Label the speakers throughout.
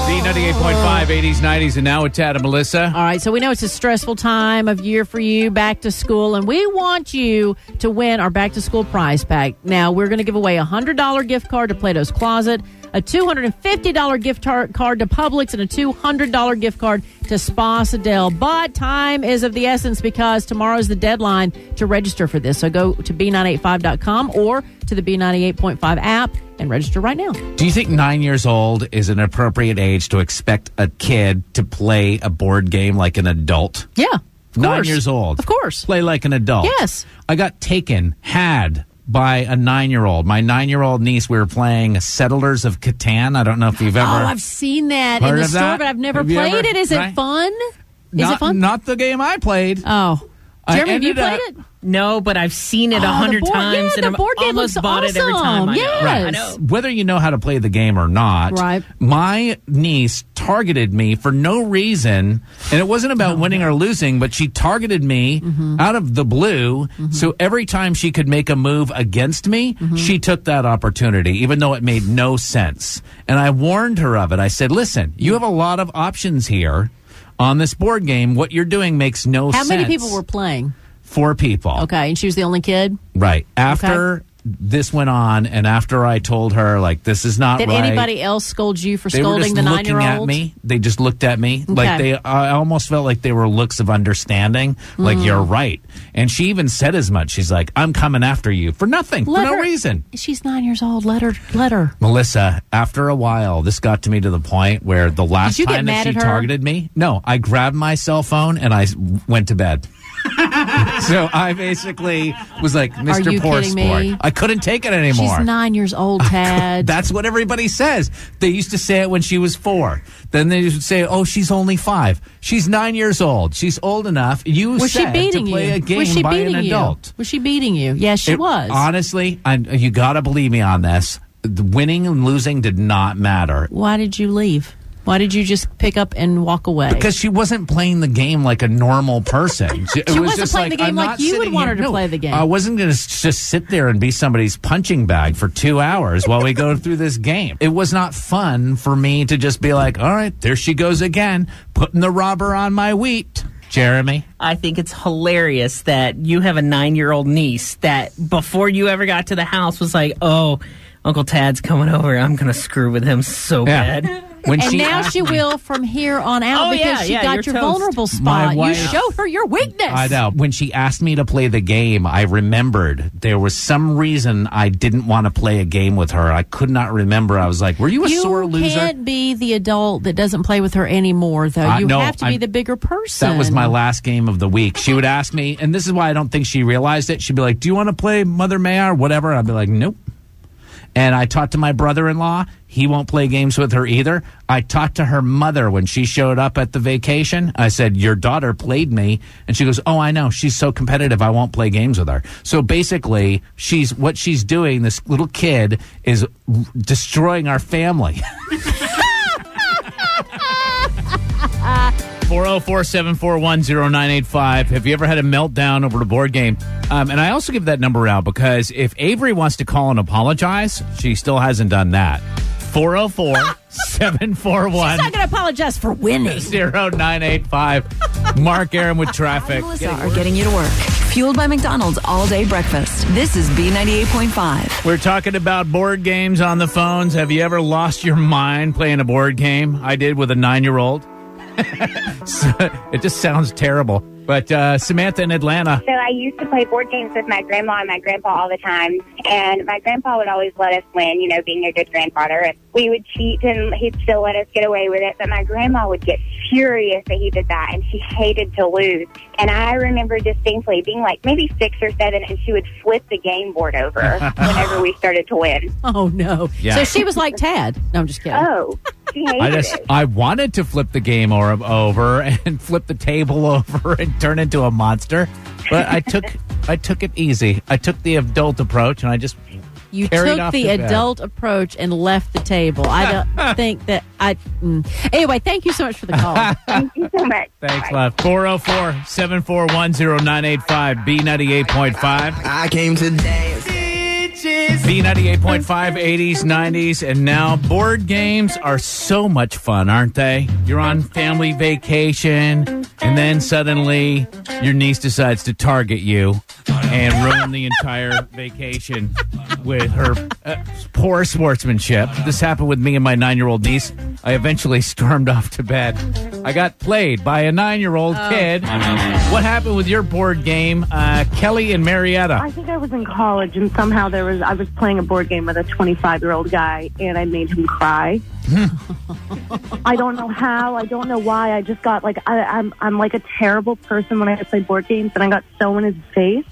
Speaker 1: 98.5, 80s, 90s, and now with Tad and Melissa.
Speaker 2: All right, so we know it's a stressful time of year for you, back to school, and we want you to win our back to school prize pack. Now, we're going to give away a $100 gift card to Plato's Closet, a $250 gift tar- card to Publix, and a $200 gift card to Spa Sedale. But time is of the essence because tomorrow's the deadline to register for this. So go to B985.com or to the B98.5 app and register right now.
Speaker 1: Do you think nine years old is an appropriate age to expect a kid to play a board game like an adult?
Speaker 2: Yeah. of
Speaker 1: Nine
Speaker 2: course.
Speaker 1: years old.
Speaker 2: Of course.
Speaker 1: Play like an adult.
Speaker 2: Yes.
Speaker 1: I got taken, had by a nine year old. My nine year old niece, we were playing Settlers of Catan. I don't know if you've ever.
Speaker 2: Oh, I've seen that in
Speaker 1: Heard
Speaker 2: the
Speaker 1: of
Speaker 2: store,
Speaker 1: that?
Speaker 2: but I've never
Speaker 1: Have you
Speaker 2: played
Speaker 1: ever-
Speaker 2: it. Is it
Speaker 1: Right.
Speaker 2: fun? Is
Speaker 1: not,
Speaker 2: it fun?
Speaker 1: Not the game I played.
Speaker 2: oh,
Speaker 1: I
Speaker 2: Jeremy, have you
Speaker 1: ended
Speaker 2: played
Speaker 1: up-
Speaker 2: it?
Speaker 3: No, but I've seen it a
Speaker 2: Ah, the
Speaker 3: hundred
Speaker 2: board- yeah,
Speaker 3: times,
Speaker 2: the
Speaker 3: and I've
Speaker 2: board game
Speaker 3: almost
Speaker 2: looks
Speaker 3: bought it every
Speaker 2: awesome.
Speaker 3: time. I know.
Speaker 2: Yes.
Speaker 3: I know.
Speaker 1: Whether you know how to play the game or not,
Speaker 2: Right.
Speaker 1: my niece targeted me for no reason, and it wasn't about
Speaker 2: Oh,
Speaker 1: winning or losing, but she targeted me
Speaker 2: Mm-hmm.
Speaker 1: out of the blue. So every time she could make a move against me,
Speaker 2: Mm-hmm.
Speaker 1: she took that opportunity, even though it made no sense. And I warned her of it. I said, listen, you have a lot of options here. On this board game, what you're doing makes no
Speaker 2: How
Speaker 1: sense.
Speaker 2: many people were playing?
Speaker 1: Four people.
Speaker 2: Okay, and she was the only kid.
Speaker 1: Right. After this went on, and after I told her, like, this is not
Speaker 2: Did
Speaker 1: right.
Speaker 2: anybody else scold you for
Speaker 1: they were
Speaker 2: scolding
Speaker 1: just
Speaker 2: the
Speaker 1: looking at
Speaker 2: nine-year-old?
Speaker 1: me. They just looked at me. Like
Speaker 2: Okay.
Speaker 1: they, I almost felt like they were looks of understanding. Like
Speaker 2: Mm.
Speaker 1: you're right. And she even said as much. She's like, "I'm coming after you for nothing,
Speaker 2: Let
Speaker 1: for no
Speaker 2: her-
Speaker 1: reason."
Speaker 2: She's nine years old. Let her. Let her.
Speaker 1: Melissa, after a while, this got to me to the point where the last
Speaker 2: you get
Speaker 1: time that
Speaker 2: mad
Speaker 1: she
Speaker 2: at her?
Speaker 1: targeted me, no, I grabbed my cell phone and I s- went to bed. so I basically was like, Mr.
Speaker 2: you
Speaker 1: Poor
Speaker 2: kidding
Speaker 1: Sport.
Speaker 2: me?
Speaker 1: I couldn't take it anymore.
Speaker 2: She's nine years old, Tad.
Speaker 1: That's what everybody says. They used to say it when she was four. Then they would say, "Oh, she's only five. She's nine years old. She's old enough." You
Speaker 2: was she
Speaker 1: said
Speaker 2: beating
Speaker 1: to play
Speaker 2: you?
Speaker 1: a game
Speaker 2: was she
Speaker 1: by
Speaker 2: beating
Speaker 1: an adult.
Speaker 2: you? Was she beating you? Yes, she
Speaker 1: It-
Speaker 2: was.
Speaker 1: Honestly, I, you got to believe me on this. The winning and losing did not matter
Speaker 2: Why did you leave? Why did you just pick up and walk away?
Speaker 1: because she wasn't playing the game like a normal person. She, it
Speaker 2: She
Speaker 1: was
Speaker 2: wasn't
Speaker 1: just
Speaker 2: playing the game
Speaker 1: I'm
Speaker 2: like
Speaker 1: not
Speaker 2: you would
Speaker 1: sitting
Speaker 2: want her
Speaker 1: here-
Speaker 2: to
Speaker 1: no,
Speaker 2: play the game.
Speaker 1: I wasn't going to just sit there and be somebody's punching bag for two hours while we go through this game. It was not fun for me to just be like, all right, there she goes again, putting the robber on my wheat, Jeremy.
Speaker 3: I think it's hilarious that you have a nine-year-old niece that before you ever got to the house was like, "Oh, Uncle Tad's coming over. I'm gonna screw with him so bad."
Speaker 1: When
Speaker 2: and now
Speaker 1: asked
Speaker 2: she
Speaker 1: me-
Speaker 2: will from here on out
Speaker 3: Oh,
Speaker 2: because
Speaker 3: yeah,
Speaker 2: she
Speaker 3: yeah,
Speaker 2: got your
Speaker 3: you're toast.
Speaker 2: vulnerable
Speaker 1: My
Speaker 2: spot. you
Speaker 1: wife-
Speaker 2: showed her your weakness.
Speaker 1: I know. When she asked me to play the game, I remembered there was some reason I didn't want to play a game with her. I could not remember. I was like, "Were you a
Speaker 2: You
Speaker 1: sore loser?"
Speaker 2: can't be the adult that doesn't play with her anymore, though.
Speaker 1: I-
Speaker 2: you
Speaker 1: no,
Speaker 2: have to be
Speaker 1: I'm-
Speaker 2: the bigger person.
Speaker 1: That was my last game of the week. She would ask me, and this is why I don't think she realized it. She'd be like, "Do you want to play Mother May or whatever?" I'd be like, "Nope." And I talked to my brother-in-law. He won't play games with her either. I talked to her mother when she showed up at the vacation. I said, "Your daughter played me," and she goes, "Oh, I know. She's so competitive. I won't play games with her." So basically, she's what she's doing. This little kid is r- destroying our family. 404-741-0985. Have you ever had a meltdown over a board game? Um, and I also give that number out because if Avery wants to call and apologize, she still hasn't done that. 404-741.
Speaker 2: She's not going to apologize for winning.
Speaker 1: 0985. Mark Aaron with traffic.
Speaker 4: Melissa are getting you to work. Fueled by McDonald's all day breakfast. This is B98.5.
Speaker 1: We're talking about board games on the phones. Have you ever lost your mind playing a board game? I did with a nine year old. it just sounds terrible. But uh, Samantha in Atlanta.
Speaker 5: So I used to play board games with my grandma and my grandpa all the time. And my grandpa would always let us win, you know, being a good grandfather. And we would cheat and he'd still let us get away with it. But my grandma would get furious that he did that and she hated to lose. And I remember distinctly being like maybe six or seven and she would flip the game board over whenever we started to win.
Speaker 2: Oh, no.
Speaker 1: Yeah.
Speaker 2: So she was like Tad. No, I'm just kidding.
Speaker 5: Oh, she hated
Speaker 1: I just
Speaker 5: it.
Speaker 1: I wanted to flip the game or over and flip the table over and turn into a monster, but I took I took it easy. I took the adult approach and I just
Speaker 2: you
Speaker 1: carried
Speaker 2: took
Speaker 1: off
Speaker 2: the
Speaker 1: to bed.
Speaker 2: adult approach and left the table. I don't think that I. Mm. Anyway, thank you so much for the call.
Speaker 5: Thank you so much.
Speaker 1: thanks love 404-741-0985 B98.5.
Speaker 6: I came to dance.
Speaker 1: Did
Speaker 3: bitches.
Speaker 1: B98.5, 80s, 90s, and now board games are so much fun, aren't they? You're on family vacation, and then suddenly your niece decides to target you and ruin the entire vacation with her uh, poor sportsmanship. This happened with me and my nine year old niece. I eventually stormed off to bed. I got played by a nine year old kid. What happened with your board game, uh, Kelly and Marietta?
Speaker 6: I think I was in college, and somehow there was I was playing a board game with a 25 year old guy, and I made him cry. I don't know how. I don't know why. I just got like I, I'm I'm like a terrible person when I play board games, and I got so in his face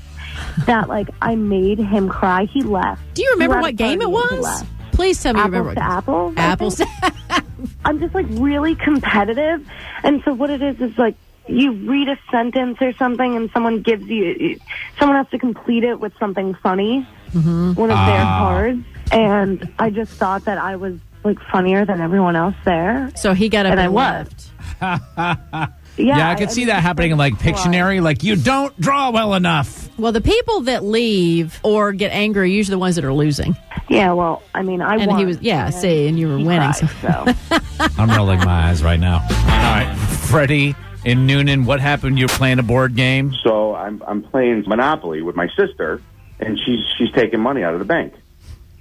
Speaker 6: that like I made him cry. He left.
Speaker 2: Do you remember
Speaker 6: He
Speaker 2: what
Speaker 6: left
Speaker 2: game it
Speaker 6: early and he
Speaker 2: was?
Speaker 6: left.
Speaker 2: Please tell me you remember.
Speaker 6: Apples
Speaker 2: what
Speaker 6: to apples. I
Speaker 2: Apples.
Speaker 6: think. I'm just like really competitive, and so what it is is like you read a sentence or something, and someone gives you, someone has to complete it with something funny, one of their cards, and I just thought that I was like funnier than everyone else there.
Speaker 2: so he got up and,
Speaker 6: And I was.
Speaker 2: left.
Speaker 6: Yeah,
Speaker 1: Yeah, I could see
Speaker 6: mean,
Speaker 1: that
Speaker 6: it's
Speaker 1: happening in like
Speaker 6: why.
Speaker 1: Pictionary. Like you don't draw well enough.
Speaker 2: Well, the people that leave or get angry are usually the ones that are losing.
Speaker 6: Yeah, well, I mean, I
Speaker 2: And
Speaker 6: won.
Speaker 2: he was, yeah, see, and you were
Speaker 6: He
Speaker 2: winning. So.
Speaker 6: cried, so.
Speaker 1: I'm rolling my eyes right now. All right, Freddie in Noonan, what happened? You're playing a board game.
Speaker 7: So I'm I'm playing Monopoly with my sister, and she's she's taking money out of the bank,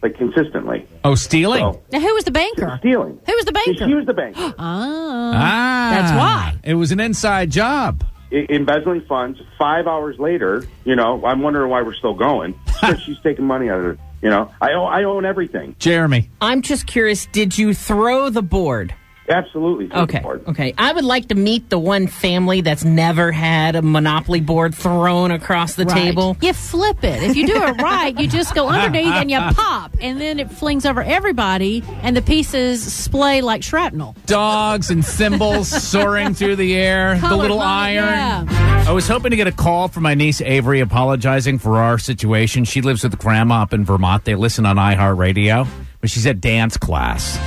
Speaker 7: like consistently.
Speaker 1: Oh, stealing.
Speaker 7: So
Speaker 2: Now, who was the banker?
Speaker 7: stealing.
Speaker 2: Who was the
Speaker 7: She- She
Speaker 2: banker?
Speaker 7: was the bank.
Speaker 2: Oh.
Speaker 1: ah,
Speaker 2: That's why.
Speaker 1: it was an inside job.
Speaker 7: E- embezzling funds. Five hours later, you know, I'm wondering why we're still going. 'Cause she's taking money out of it. You know, I own, I own everything.
Speaker 1: Jeremy,
Speaker 3: I'm just curious. Did you throw the board?
Speaker 7: Absolutely.
Speaker 3: Okay.
Speaker 7: Board.
Speaker 3: Okay. I would like to meet the one family that's never had a Monopoly board thrown across the
Speaker 2: Right.
Speaker 3: table.
Speaker 2: You flip it. If you do it right, you just go underneath and you pop, and then it flings over everybody, and the pieces splay like shrapnel.
Speaker 1: dogs and cymbals soaring through the air. the
Speaker 2: Colored
Speaker 1: little
Speaker 2: light,
Speaker 1: iron.
Speaker 2: yeah.
Speaker 1: I was hoping to get a call from my niece Avery apologizing for our situation. She lives with grandma up in Vermont. They listen on iHeartRadio, but she's at dance class.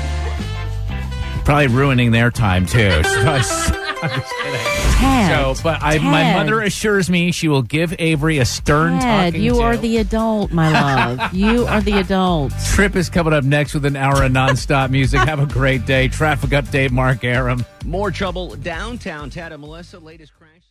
Speaker 1: Probably ruining their time too. She's probably- So,
Speaker 2: Ted,
Speaker 1: but I, my
Speaker 2: Ted.
Speaker 1: mother assures me she will give Avery a stern
Speaker 2: Ted,
Speaker 1: talking
Speaker 2: you
Speaker 1: to.
Speaker 2: are the adult, my love. you are the adult.
Speaker 1: Trip is coming up next with an hour of nonstop music. Have a great day. Traffic update, Mark Aram.
Speaker 8: More trouble downtown. Tad and Melissa, latest crash.